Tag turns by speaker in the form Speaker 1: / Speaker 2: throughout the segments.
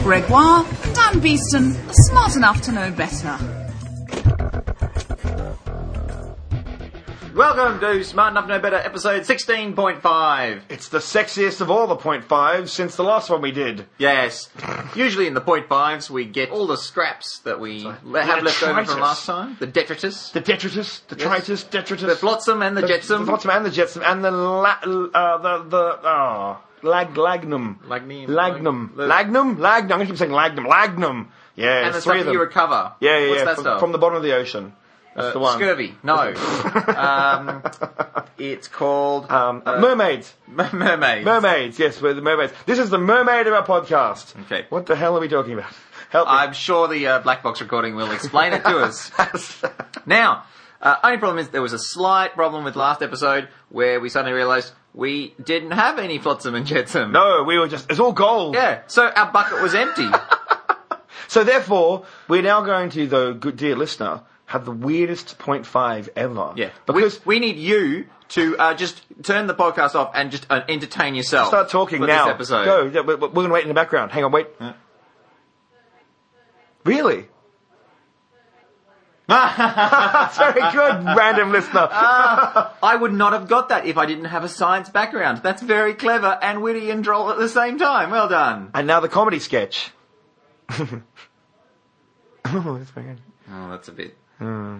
Speaker 1: Gregoire and Anne Beeston are smart enough to know better.
Speaker 2: Welcome to Smart Enough to Know Better, episode 16.5.
Speaker 3: It's the sexiest of all the point fives since the last one we did.
Speaker 2: Yes. Usually in the point fives, we get all the scraps that we le- have
Speaker 3: The
Speaker 2: left over from
Speaker 3: detritus.
Speaker 2: last time. The detritus.
Speaker 3: The detritus, the tritus, detritus,
Speaker 2: The flotsam and the jetsam.
Speaker 3: the flotsam and the jetsam, and the la- uh, the the oh, lag lagnum,
Speaker 2: Lagnium.
Speaker 3: lagnum,
Speaker 2: The-
Speaker 3: lagnum, lagnum. I'm going to keep saying lagnum, lagnum. Yeah,
Speaker 2: and the
Speaker 3: it's
Speaker 2: stuff
Speaker 3: three
Speaker 2: that
Speaker 3: of them.
Speaker 2: you recover.
Speaker 3: yeah, yeah,
Speaker 2: What's
Speaker 3: yeah.
Speaker 2: that
Speaker 3: from,
Speaker 2: stuff?
Speaker 3: from the bottom of the ocean. That's
Speaker 2: Uh,
Speaker 3: the one.
Speaker 2: Scurvy. No. um, it's called
Speaker 3: Um,
Speaker 2: uh,
Speaker 3: mermaids,
Speaker 2: mermaid.
Speaker 3: mermaids. Yes, we're the mermaids. This is the mermaid of our podcast.
Speaker 2: Okay.
Speaker 3: What the hell are we talking about? Help me.
Speaker 2: I'm sure the uh, black box recording will explain it to us. now, uh, only problem is there was a slight problem with last episode where we suddenly realised we didn't have any flotsam and jetsam.
Speaker 3: no, we were just. It's all gold.
Speaker 2: Yeah, so our bucket was empty.
Speaker 3: So therefore, we're now going to, though, good dear listener, have the weirdest point five ever.
Speaker 2: yeah,
Speaker 3: Because
Speaker 2: we, we need you to uh, just turn the podcast off and just uh, entertain yourself.
Speaker 3: start talking
Speaker 2: for
Speaker 3: now.
Speaker 2: This episode.
Speaker 3: Go. Yeah, we- we- We're going to wait in the background. Hang on, wait. Really? That's very good, random listener.
Speaker 2: Ah. I would not have got that if I didn't have a science background. That's very clever and witty and droll at the same time. Well done.
Speaker 3: and now the comedy sketch. oh, that's very good.
Speaker 2: Oh, that's a bit. Uh,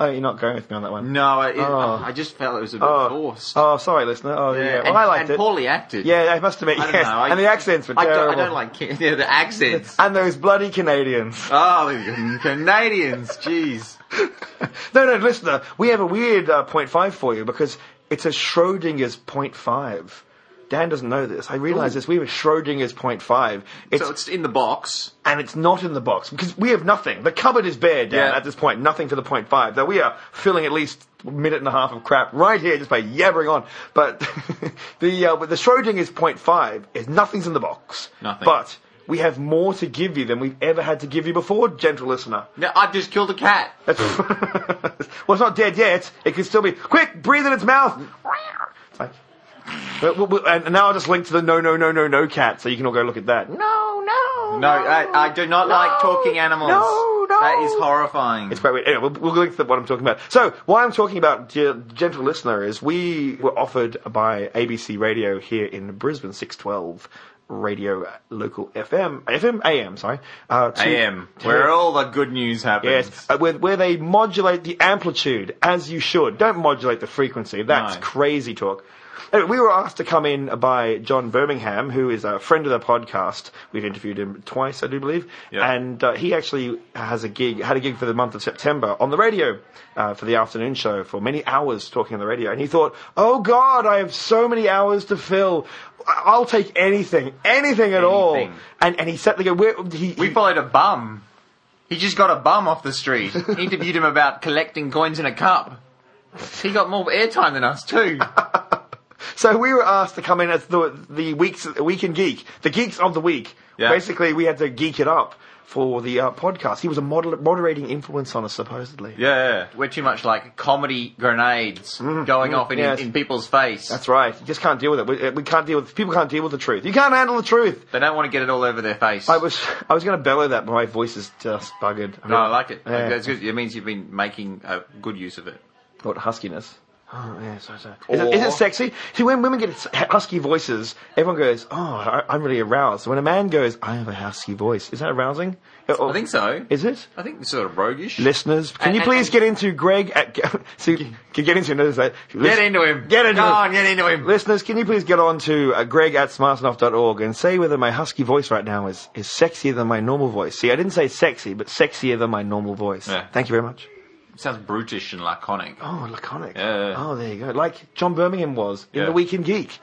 Speaker 3: Oh, you're not going with me on that one.
Speaker 2: no, I,
Speaker 3: Oh.
Speaker 2: I just felt it was a bit
Speaker 3: Oh.
Speaker 2: forced.
Speaker 3: Oh, sorry, listener. Oh, yeah. Well,
Speaker 2: and,
Speaker 3: I liked
Speaker 2: and
Speaker 3: it.
Speaker 2: poorly acted.
Speaker 3: yeah, I must admit,
Speaker 2: I don't
Speaker 3: yes.
Speaker 2: know. I-
Speaker 3: and the accents were
Speaker 2: I
Speaker 3: terrible.
Speaker 2: don't, I don't like ki- yeah, the accents.
Speaker 3: And those bloody Canadians.
Speaker 2: oh, the Canadians, jeez.
Speaker 3: no, no, listener, we have a weird uh, point five for you because it's a Schrodinger's point five. Dan doesn't know this. I realise this. We have a Schrodinger's point five. It's,
Speaker 2: So it's in the box.
Speaker 3: and it's not in the box because we have nothing. The cupboard is bare, Dan.
Speaker 2: Yeah.
Speaker 3: At this point, nothing for the point five. Though we are filling at least a minute and a half of crap right here just by yabbering on. But the uh, but the Schrodinger's point five is nothing's in the box.
Speaker 2: Nothing.
Speaker 3: But we have more to give you than we've ever had to give you before, gentle listener.
Speaker 2: No, I've just killed a cat.
Speaker 3: That's-
Speaker 2: Hmm.
Speaker 3: well, it's not dead yet. It can still be. Quick, breathe in its mouth. It's like, But- but- but- and now I'll just link to the no, no, no, no, no cat, so you can all go look at that. No, no.
Speaker 2: No, I, I do not like talking animals.
Speaker 3: No, no.
Speaker 2: That is horrifying.
Speaker 3: It's quite weird. Anyway, we'll, we'll link to what I'm talking about. So, what I'm talking about, dear gentle listener, is we were offered by ABC Radio here in Brisbane, 612 Radio uh, Local FM, FM AM, sorry. Uh, to-
Speaker 2: AM,
Speaker 3: to-
Speaker 2: where all the good news happens.
Speaker 3: Yes, uh, where, where they modulate the amplitude as you should. Don't modulate the frequency. That's
Speaker 2: No.
Speaker 3: crazy talk. Anyway, we were asked to come in by John Birmingham, who is a friend of the podcast. We've interviewed him twice, I do believe,
Speaker 2: Yeah.
Speaker 3: and uh, he actually has a gig, had a gig for the month of September on the radio uh, for the afternoon show for many hours talking on the radio. And he thought, "Oh God, I have so many hours to fill. I- I'll take anything, anything at all."
Speaker 2: Anything.
Speaker 3: And and he sat there. Where, he,
Speaker 2: We
Speaker 3: he-
Speaker 2: followed a bum. He just got a bum off the street. Interviewed him about collecting coins in a cup. He got more airtime than us too.
Speaker 3: So we were asked to come in as the the weeks weekend geek, the geeks of the week.
Speaker 2: Yeah.
Speaker 3: Basically, we had to geek it up for the uh, podcast. He was a moder- moderating influence on us, supposedly.
Speaker 2: Yeah, we're too much like comedy grenades going off in,
Speaker 3: Mm-hmm. yes.
Speaker 2: in people's face.
Speaker 3: That's right. You just can't deal with it. We, we can't deal with people. Can't deal with the truth. You can't handle the truth.
Speaker 2: they don't want to get it all over their face.
Speaker 3: I was I was going to bellow that, but my voice is just buggered.
Speaker 2: no, I like it.
Speaker 3: Yeah.
Speaker 2: That's good. It means you've been making uh, good use of it.
Speaker 3: What huskiness? Oh yeah, so, so. Is, it,
Speaker 2: Or-
Speaker 3: is it sexy? See, when women get husky voices, everyone goes, "Oh, I, I'm really aroused." When a man goes, "I have a husky voice," is that arousing?
Speaker 2: I think so.
Speaker 3: Is it?
Speaker 2: I think it's sort of roguish.
Speaker 3: listeners, can
Speaker 2: And-
Speaker 3: you
Speaker 2: and-
Speaker 3: please
Speaker 2: and-
Speaker 3: get into Greg at so you can get into another side.
Speaker 2: get into him.
Speaker 3: Get into
Speaker 2: Go
Speaker 3: him.
Speaker 2: on, get into him.
Speaker 3: Listeners, can you please get on to uh, greg at smartenough.org and say whether my husky voice right now is, is sexier than my normal voice. See, I didn't say sexy, but sexier than my normal voice.
Speaker 2: Yeah.
Speaker 3: Thank you very much.
Speaker 2: Sounds brutish and laconic.
Speaker 3: Oh, laconic.
Speaker 2: Yeah.
Speaker 3: Oh, there you go. Like John Birmingham was in
Speaker 2: Yeah.
Speaker 3: The Weekend Geek.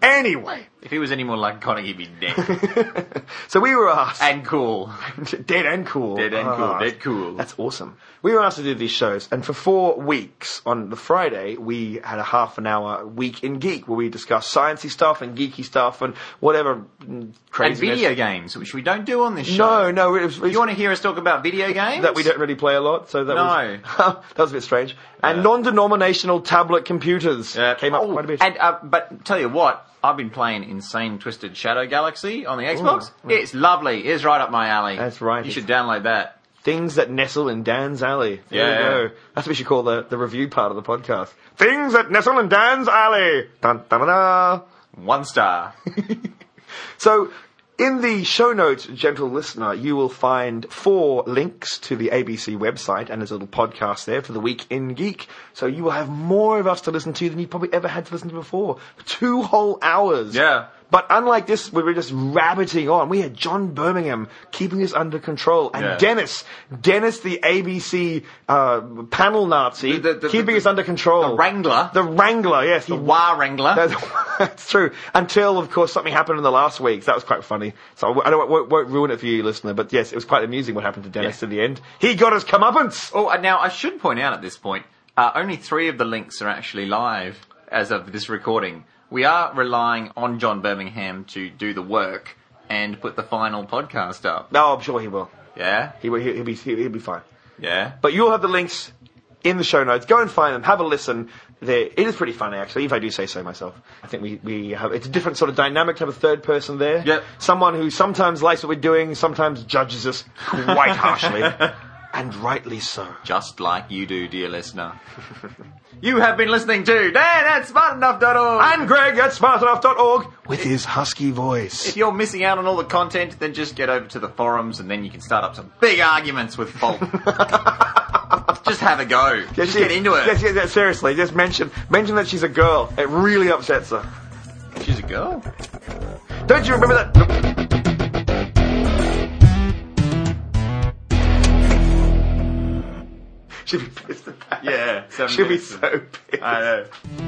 Speaker 3: Anyway,
Speaker 2: If he was any more laconic, he'd be dead
Speaker 3: so we were asked.
Speaker 2: and cool.
Speaker 3: Dead and cool.
Speaker 2: Dead and cool,
Speaker 3: Ah,
Speaker 2: dead cool.
Speaker 3: That's awesome. We were asked to do these shows, and for four weeks on the Friday, we had a half an hour week in geek where we discussed sciencey stuff and geeky stuff and whatever mm,
Speaker 2: And
Speaker 3: craziness.
Speaker 2: video games, which we don't do on this show.
Speaker 3: No, no, it was,
Speaker 2: You want to hear us talk about video games?
Speaker 3: that we don't really play a lot, so that
Speaker 2: No.
Speaker 3: was that was a bit strange. And non-denominational tablet computers
Speaker 2: Yeah.
Speaker 3: came up
Speaker 2: Oh,
Speaker 3: quite a bit.
Speaker 2: And uh, but tell you what, I've been playing Insane Twisted Shadow Galaxy on the Xbox. It's lovely. It's right up my alley.
Speaker 3: That's right.
Speaker 2: You should download that.
Speaker 3: Things that nestle in Dan's alley. There
Speaker 2: Yeah.
Speaker 3: you go. That's what we should call the, the review part of the podcast. Things that nestle in Dan's alley. Dun, dun, dun, dun.
Speaker 2: One star.
Speaker 3: So, in the show notes, gentle listener, you will find four links to the ABC website, and there's a little podcast there for the week in geek. So you will have more of us to listen to than you probably ever had to listen to before. Two whole hours.
Speaker 2: Yeah.
Speaker 3: But unlike this, we were just rabbiting on. We had John Birmingham keeping us under control, and
Speaker 2: Yeah.
Speaker 3: Dennis, Dennis, the ABC uh, panel Nazi,
Speaker 2: The- the- the-
Speaker 3: keeping
Speaker 2: the-
Speaker 3: us under control.
Speaker 2: the Wrangler.
Speaker 3: the Wrangler, yes, the
Speaker 2: War Wrangler.
Speaker 3: that's, that's true. Until, of course, something happened in the last week. That was quite funny. So I w- I don't, won't, won't ruin it for you, listener. But yes, it was quite amusing what happened to Dennis
Speaker 2: Yeah.
Speaker 3: in the end. He got his comeuppance.
Speaker 2: Oh, and now I should point out at this point, uh, only three of the links are actually live as of this recording. We are relying on John Birmingham to do the work and put the final podcast up.
Speaker 3: No, I'm sure he will.
Speaker 2: Yeah,
Speaker 3: He will. He'll, he'll be. He'll be fine.
Speaker 2: yeah.
Speaker 3: But you'll have the links in the show notes. Go and find them. Have a listen. They're, it is pretty funny, actually, if I do say so myself. I think we, we have, it's a different sort of dynamic to have a third person there.
Speaker 2: Yep.
Speaker 3: Someone who sometimes likes what we're doing, sometimes judges us quite harshly. And rightly so.
Speaker 2: just like you do, dear listener. you have been listening to Dan at SmartEnough.org.
Speaker 3: And Greg at smartenough.org with his husky voice.
Speaker 2: If you're missing out on all the content, then just get over to the forums and then you can start up some big arguments with Bolt. just have a go. just get into it.
Speaker 3: Yes, yes, yes, seriously, just mention mention that she's a girl. It really upsets her.
Speaker 2: She's a girl.
Speaker 3: Don't you remember that? She'd be pissed at that.
Speaker 2: Yeah, seven
Speaker 3: She'd be
Speaker 2: minutes.
Speaker 3: so pissed.
Speaker 2: I know.